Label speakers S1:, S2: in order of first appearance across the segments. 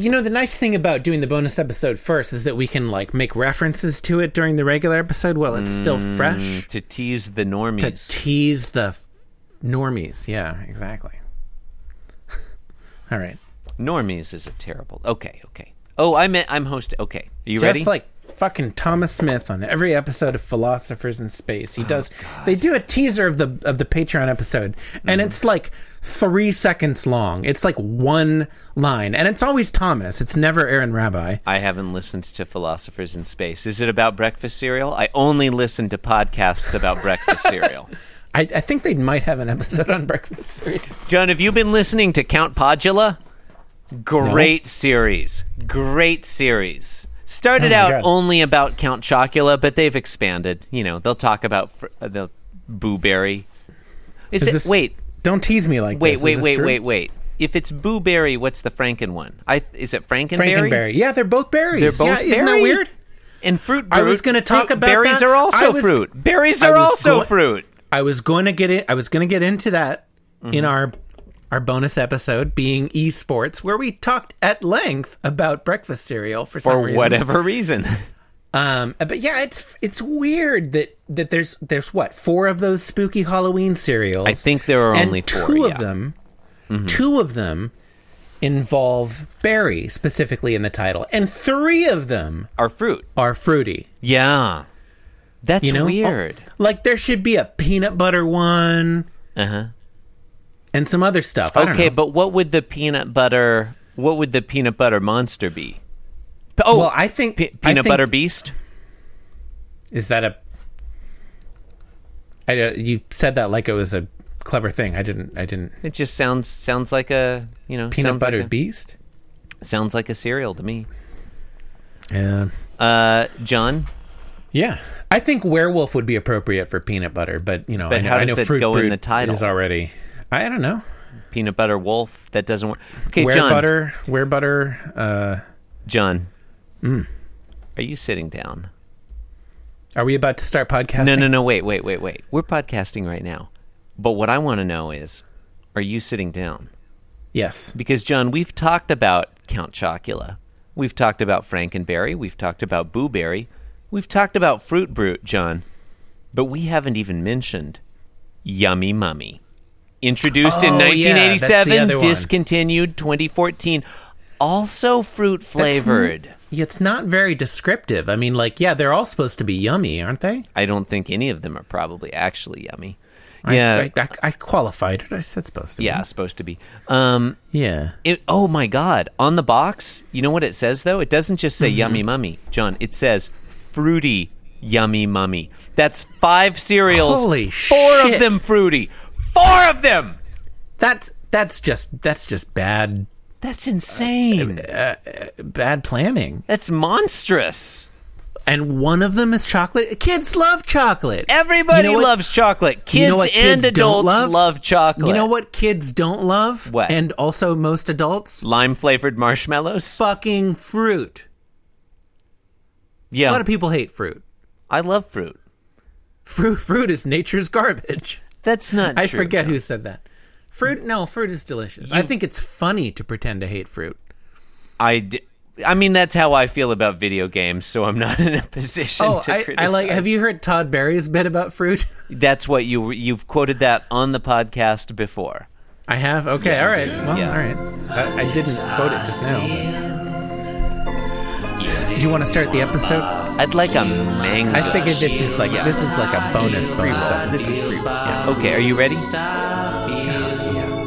S1: You know, the nice thing about doing the bonus episode first is that we can like make references to it during the regular episode while it's still fresh
S2: to tease the
S1: to
S2: normies.
S1: tease the f- normies. Yeah, exactly. All right.
S2: normies is a terrible. Okay, okay. Oh, I meant I'm host. Okay, are you
S1: Just
S2: ready?
S1: like fucking Thomas Smith on every episode of Philosophers in Space. He does they do a teaser of the of the Patreon episode and it's like 3 seconds long. It's like one line and it's always Thomas. It's never Aaron Rabbi.
S2: I haven't listened to Philosophers in Space. Is it about breakfast cereal? I only listen to podcasts about breakfast cereal.
S1: I, I think they might have an episode on breakfast cereal.
S2: John, have you been listening to Count Podula? Great series. Great series. Started
S1: Oh my
S2: out
S1: God.
S2: only about Count Chocula, but they've expanded. You know, they'll talk about fr- uh, the Boo Berry. Is, it
S1: this-
S2: wait?
S1: Don't tease me like
S2: Wait,
S1: this. Is
S2: wait,
S1: this
S2: wait,
S1: true?
S2: wait, wait. If it's Boo Berry, what's the Franken one? I is it Frankenberry?
S1: Frankenberry. Yeah, they're both berries.
S2: They're both
S1: yeah, Isn't that
S2: berry?
S1: weird?
S2: And fruit.
S1: I was
S2: Brute-
S1: gonna talk
S2: fruit-
S1: about
S2: berries
S1: that.
S2: are
S1: I
S2: also
S1: was-
S2: fruit. Berries
S1: I
S2: are
S1: was
S2: also
S1: go-
S2: fruit.
S1: I was going to get it. I was going to get into that
S2: Mm-hmm.
S1: in our our bonus episode being esports, where we talked at length about breakfast cereal for some
S2: For
S1: reason.
S2: whatever reason,
S1: Um, but yeah, it's it's weird that that there's there's what four of those spooky Halloween cereals.
S2: I think there are
S1: and
S2: only four.
S1: Two
S2: yeah. Mm-hmm.
S1: of them, two of them involve berry specifically in the title, and three of them
S2: are fruit.
S1: are fruity.
S2: Yeah, that's
S1: You know,
S2: weird.
S1: Oh. Like there should be a peanut butter one
S2: Uh huh.
S1: and some other stuff. Oh. I don't
S2: Okay,
S1: know.
S2: but what would the peanut butter? What would the peanut butter monster be? P- Oh,
S1: well, I think
S2: pe-
S1: I
S2: peanut
S1: think-
S2: butter beast.
S1: Is that a? I don't- you said that like it was a clever thing. I didn't. I didn't.
S2: It just sounds sounds like a you know
S1: Peanut
S2: sounds
S1: butter
S2: like a,
S1: beast.
S2: sounds like a cereal to me.
S1: Yeah.
S2: Uh, John,
S1: Yeah. I think werewolf would be appropriate for peanut butter, but you know,
S2: But
S1: I know,
S2: how
S1: I
S2: does
S1: know
S2: it
S1: fruit
S2: go in
S1: Brute
S2: the title?
S1: is already. I don't know.
S2: peanut butter wolf. That doesn't work. Okay,
S1: Where
S2: John.
S1: butter, where butter. Uh,
S2: John,
S1: Mm.
S2: are you sitting down?
S1: are we about to start podcasting?
S2: No, no, no. Wait, wait, wait, wait. We're podcasting right now. But what I want to know is, are you sitting down?
S1: Yes.
S2: Because John, we've talked about Count Chocula. We've talked about Frankenberry. We've talked about Boo Berry. We've talked about Fruit Brute, John. But we haven't even mentioned Yummy Mummy. Introduced in
S1: Oh, yeah, that's the
S2: 1987,
S1: other one.
S2: discontinued 2014. Also fruit flavored.
S1: Yeah, It's not very descriptive. I mean, like, yeah, they're all supposed to be yummy, aren't they?
S2: I don't think any of them are probably actually yummy.
S1: I-
S2: yeah,
S1: I, I, I qualified. it. I said supposed to.
S2: yeah, supposed to be. Um,
S1: Be. Yeah.
S2: It, oh my God! On the box, you know what it says though? It doesn't just
S1: Mm-hmm.
S2: say "yummy mummy," John. It says "fruity yummy mummy." That's five cereals.
S1: Holy
S2: four
S1: shit.
S2: of them fruity. Four of them.
S1: That's that's just that's just bad
S2: That's insane.
S1: Uh, bad planning.
S2: That's monstrous.
S1: And one of them is chocolate. Kids love chocolate.
S2: Everybody
S1: You know what-
S2: loves chocolate. Kids
S1: you know what
S2: and
S1: kids don't
S2: adults
S1: love?
S2: chocolate.
S1: You know what kids don't love?
S2: What?
S1: And also most adults?
S2: Lime flavored marshmallows.
S1: Fucking fruit. A
S2: Yeah, Oh.
S1: lot of people hate fruit.
S2: I love fruit.
S1: Fruit fruit is nature's garbage.
S2: That's not.
S1: I
S2: true,
S1: forget
S2: John.
S1: who said that. Fruit no, fruit is delicious. I think it's funny to pretend to hate fruit.
S2: I. D- I mean, that's how I feel about video games, so I'm not in a position
S1: Oh,
S2: to
S1: I, I
S2: criticize.
S1: like have you heard Todd Berry's bit about fruit?
S2: That's what you you've quoted that on the podcast before.
S1: I have. Okay. All right. Well,
S2: Yeah.
S1: all right. I, I didn't quote it just now. but- Do you want to start the episode?
S2: I'd like a mango.
S1: I figured this is like
S2: Yeah.
S1: this is like a bonus bonus episode.
S2: This is pre. Yeah. Okay, are you ready?
S1: yeah.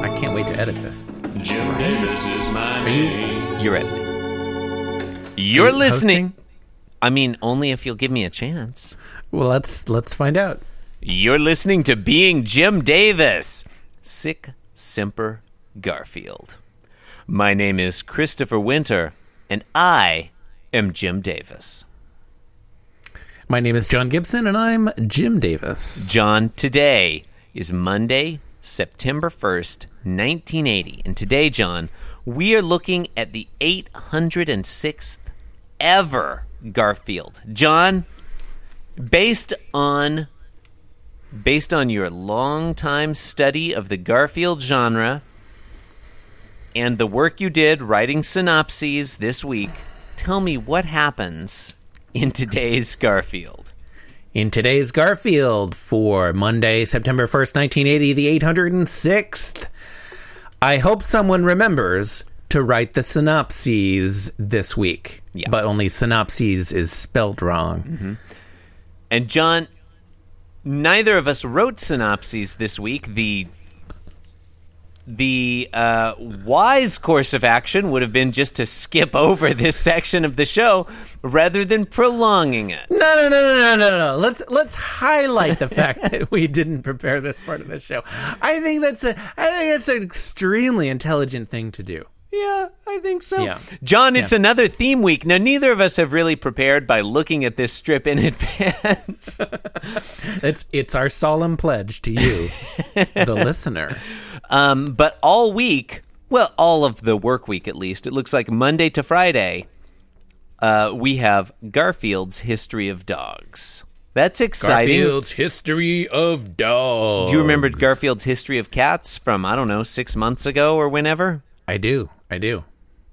S1: I can't wait to edit this.
S3: Jim Davis is my name.
S2: You're ready. You're listening.
S1: Hosting?
S2: I mean, only if you'll give me a chance.
S1: Well, let's let's find out.
S2: You're listening to Being Jim Davis. Sick Semper Garfield. My name is Christopher Winter, and I am Jim Davis.
S1: My name is John Gibson, and I'm Jim Davis.
S2: John, today is Monday, September 1st, 1980. And today, John, we are looking at the 806th ever Garfield. John, based on based on your long time study of the Garfield genre, and the work you did writing synopses this week, tell me what happens in today's Garfield.
S1: In today's Garfield for Monday, September 1st, 1980, the 806th. I hope someone remembers to write the synopses this week.
S2: Yeah. Mm-hmm.
S1: But only synopses is spelled wrong.
S2: And John, neither of us wrote synopses this week. The the uh, wise course of action would have been just to skip over this section of the show rather than prolonging it.
S1: No, no, no, no, no, no, no. Let's let's highlight the fact that we didn't prepare this part of the show. I think that's a I think that's an extremely intelligent thing to do.
S2: Yeah, I think so.
S1: Yeah.
S2: John, it's
S1: Yeah.
S2: another theme week. Now, neither of us have really prepared by looking at this strip in advance.
S1: It's it's our solemn pledge to you, the listener.
S2: Um, but all week, well, all of the work week at least, it looks like Monday to Friday, uh, we have Garfield's History of Dogs. That's exciting.
S1: history of dogs.
S2: Do you remember Garfield's History of Cats from I don't know six months ago or whenever?
S1: I do. I do.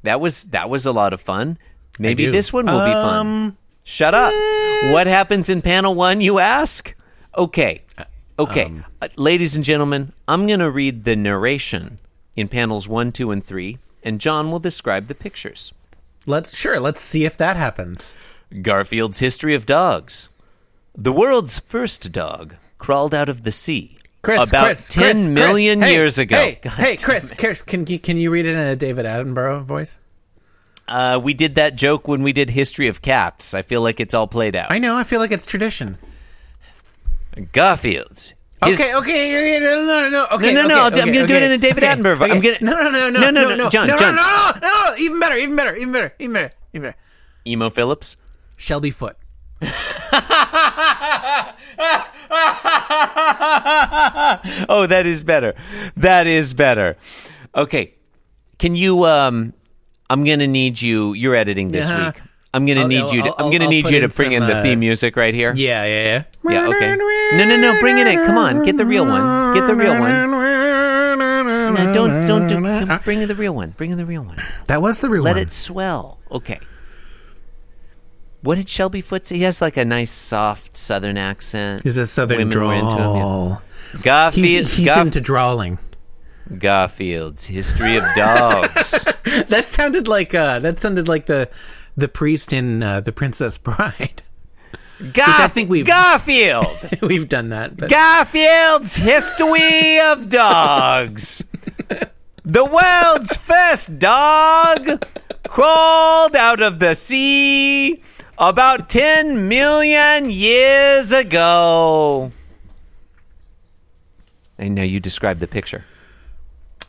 S2: That was that was a lot of fun. Maybe
S1: do. Um, eh.
S2: this one will be fun. Shut up. What happens in panel one, you ask? Okay. Okay.
S1: Um,
S2: Uh, ladies and gentlemen, I'm going to read the narration in panels one, two, and three, and John will describe the pictures.
S1: Let's sure. Let's see if that happens.
S2: Garfield's History of Dogs. The world's first dog crawled out of the sea
S1: Chris,
S2: about
S1: Chris,
S2: ten
S1: Chris,
S2: million
S1: Chris, hey,
S2: years ago.
S1: Hey,
S2: God
S1: hey, Chris, Chris, can you can you read it in a David Attenborough voice?
S2: Uh, we did that joke when we did History of Cats. I feel like it's all played out.
S1: I know. I feel like it's tradition.
S2: Garfield's. his-
S1: Okay, okay, okay, no, no, no, no, okay,
S2: No, no,
S1: okay,
S2: no, I'm
S1: okay,
S2: gonna do it
S1: okay,
S2: in a David
S1: okay,
S2: Attenborough. I'm
S1: okay. no,
S2: gonna-
S1: no, no, no,
S2: No, no, no, John,
S1: no,
S2: John.
S1: no, no, no, no, even better, even better, even better, even better, even better.
S2: Emo Phillips.
S1: Shelby Foote.
S2: oh, that is better. That is better. Okay. Can you um I'm going to need you you're editing this
S1: Uh-huh.
S2: week. I'm going to
S1: I'll-
S2: need you to
S1: I'll-
S2: I'm
S1: I'll-
S2: going to
S1: I'll
S2: need
S1: put
S2: you
S1: in
S2: to bring in
S1: some,
S2: the
S1: uh,
S2: theme music right here.
S1: Yeah, yeah, yeah.
S2: Yeah, okay. No, no, no, bring it in. Come on. Get the real one. Get the real one. No, don't don't do come- bring in the real one. Bring in the real one.
S1: That was the real
S2: Let
S1: one.
S2: it swell. Okay. What did Shelby Foote say? He has like a nice soft southern accent.
S1: He's a southern
S2: Women were into him, yeah.
S1: drawl.
S2: Garfield
S1: He's, he's
S2: Garf-
S1: into drawling.
S2: Garfield's History of Dogs.
S1: That sounded like uh, that sounded like the the priest in uh, the Princess Bride. I think we've-
S2: Garfield.
S1: We've done that. But
S2: Garfield's History of Dogs. The world's first dog crawled out of the sea about 10 million years ago. And now you describe the picture.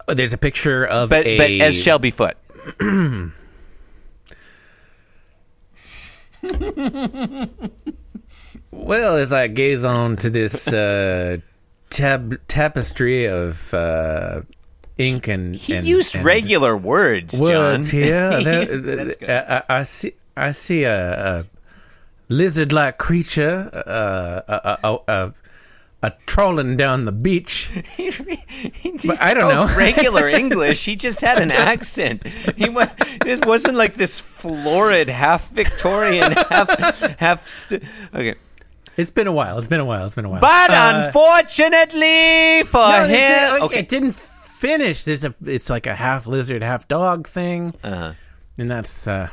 S1: oh, there's a picture of
S2: But,
S1: a
S2: but as Shelby Foote.
S1: Well, as I gaze on to this uh, tab- tapestry of uh, ink and
S2: He
S1: and-
S2: used
S1: and
S2: regular words,
S1: words
S2: John.
S1: here, there- uh, I, I- I see. I see a, a lizard-like creature, uh, a, a, a, a, a trawling down the beach.
S2: but
S1: I don't know.
S2: regular English. He just had an accent. He wa- it wasn't like this florid half Victorian half half. St- okay,
S1: It's been a while. It's been a while. It's been a while.
S2: but
S1: Uh,
S2: unfortunately for
S1: no, this is-
S2: him,
S1: okay,
S2: okay,
S1: it didn't finish. There's a. It's like a half lizard, half dog thing.
S2: uh,
S1: and that's uh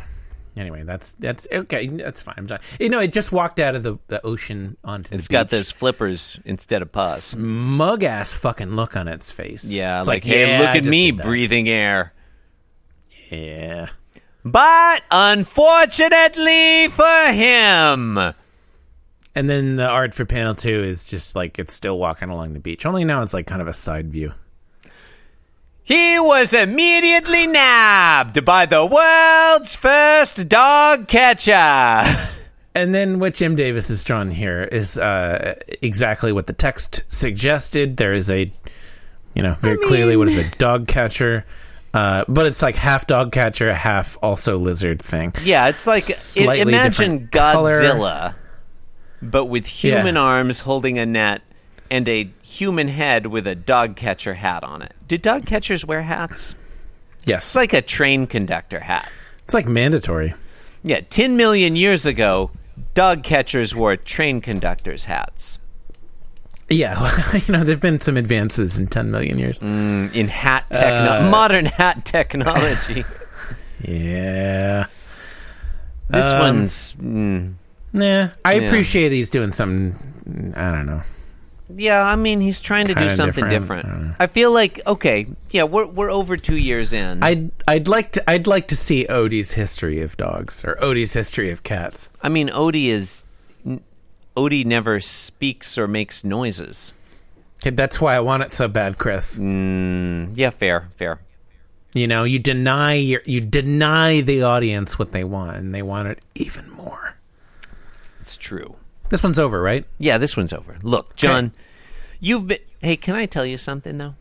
S1: anyway that's that's okay that's fine I'm sorry. you know it just walked out of the, the ocean onto the
S2: it's got
S1: beach.
S2: those flippers instead of paws.
S1: smug ass fucking look on its face
S2: Yeah,
S1: It's
S2: like, hey,
S1: yeah,
S2: look
S1: I
S2: at
S1: just
S2: me
S1: did that.
S2: breathing air.
S1: yeah
S2: But unfortunately for him,
S1: and then the art for panel two is just like it's still walking along the beach only now it's like kind of a side view
S2: He was immediately nabbed by the world's first dog catcher.
S1: and then what Jim Davis has drawn here is uh, exactly what the text suggested. There is a, you know, very clearly what is a dog catcher, uh, but it's like half dog catcher, half also lizard thing.
S2: Yeah, it's like i
S1: Slightly
S2: imagine
S1: different color.
S2: Godzilla, but with human
S1: Yeah.
S2: arms holding a net and a human head with a dog catcher hat on it. Do dog catchers wear hats?
S1: Yes.
S2: It's like a train conductor hat.
S1: it's like mandatory.
S2: Yeah, 10 million years ago, dog catchers wore train conductors' hats.
S1: Yeah, well, you know, there've been some advances in 10 million years.
S2: in hat
S1: Uh,
S2: techno- modern hat technology.
S1: Yeah.
S2: this
S1: um,
S2: one's mm,
S1: Nah, I
S2: Yeah.
S1: appreciate he's doing something. I don't know.
S2: yeah. I mean, he's trying to do
S1: kinda
S2: something
S1: different.
S2: different. I feel like okay, yeah. We're we're over two years in. I,
S1: I'd I'd like to I'd like to see Odie's history of dogs or Odie's history of cats.
S2: mean, Odie is n- Odie never speaks or makes noises.
S1: Okay, That's why I want it so bad, Chris.
S2: Yeah, fair, fair.
S1: You know, you deny your you deny the audience what they want, and they want it even more.
S2: It's true.
S1: This one's over, right?
S2: Yeah, this one's over. Look, John, you've been. Hey, can I tell you something though?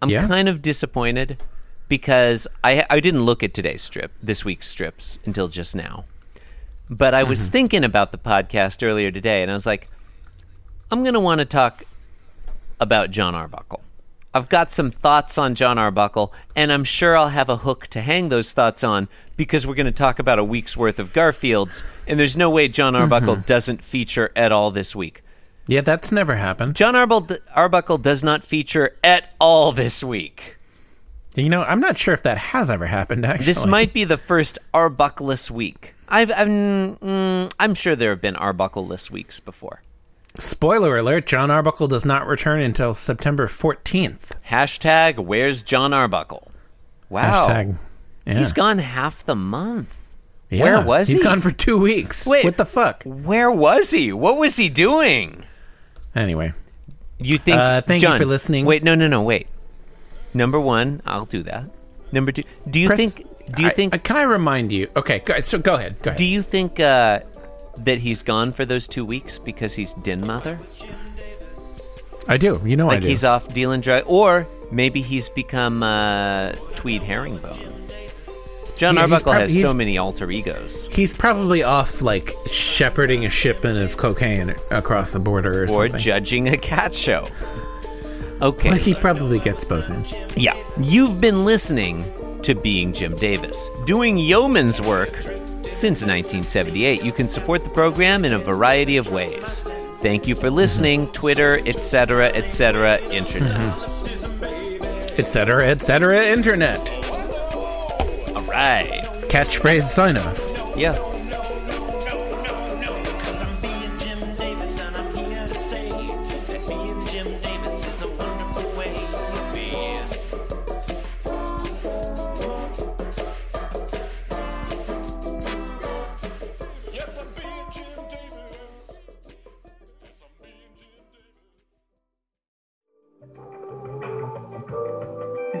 S2: I'm
S1: Yeah?
S2: kind of disappointed because I I didn't look at today's strip, this week's strips, until just now. But I was thinking about the podcast earlier today, and I was like, I'm going to want to talk about John Arbuckle. I've got some thoughts on John Arbuckle, and I'm sure I'll have a hook to hang those thoughts on because we're going to talk about a week's worth of Garfields, and there's no way John Arbuckle doesn't feature at all this week.
S1: Yeah, that's never happened.
S2: John Arbul- Arbuckle does not feature at all this week.
S1: You know, I'm not sure if that has ever happened. Actually,
S2: This might be the first Arbuckleless week. I've, I've mm, I'm sure there have been Arbuckleless weeks before.
S1: Spoiler alert: John Arbuckle does not return until September 14th.
S2: Hashtag Where's John Arbuckle? Wow,
S1: Hashtag. Yeah.
S2: he's gone half the month.
S1: Yeah,
S2: where was
S1: He's
S2: he?
S1: gone for two weeks.
S2: Wait.
S1: what the fuck?
S2: Where was he? What was he doing?
S1: Anyway,
S2: You think?
S1: Uh, thank you
S2: John,
S1: for listening.
S2: Wait, no, no, no, wait. Number one, I'll do that. Number two, do you
S1: Chris,
S2: think? Do you
S1: I-
S2: think?
S1: I- can I remind you? Okay, go, so go ahead. Go ahead.
S2: do you think uh, that he's gone for those two weeks because he's din mother?
S1: I do. You know I
S2: Like
S1: do.
S2: he's off dealing drug, or maybe he's become uh, Tweed Herringbone. John
S1: He- he's
S2: Arbuckle
S1: prob-
S2: has
S1: he's-
S2: so many alter egos,
S1: He's probably off like shepherding a shipment of cocaine across the border or,
S2: or
S1: something.
S2: judging a cat show. Okay,
S1: Like he probably gets both in.
S2: Yeah. You've been listening to Being Jim Davis, doing yeoman's work since 1978. You can support the program in a variety of ways. Thank you for
S1: Mm-hmm.
S2: listening, Twitter, etc., etc., internet.
S1: Et cetera, et cetera, internet.
S2: All right.
S1: Catchphrase sign off.
S2: Yeah.
S4: Cause I'm being Jim Davis and I'm here to say that being Jim Davis is a wonderful way to be. Yes, I'm being Jim Davis. Yes, I'm being Jim Davis.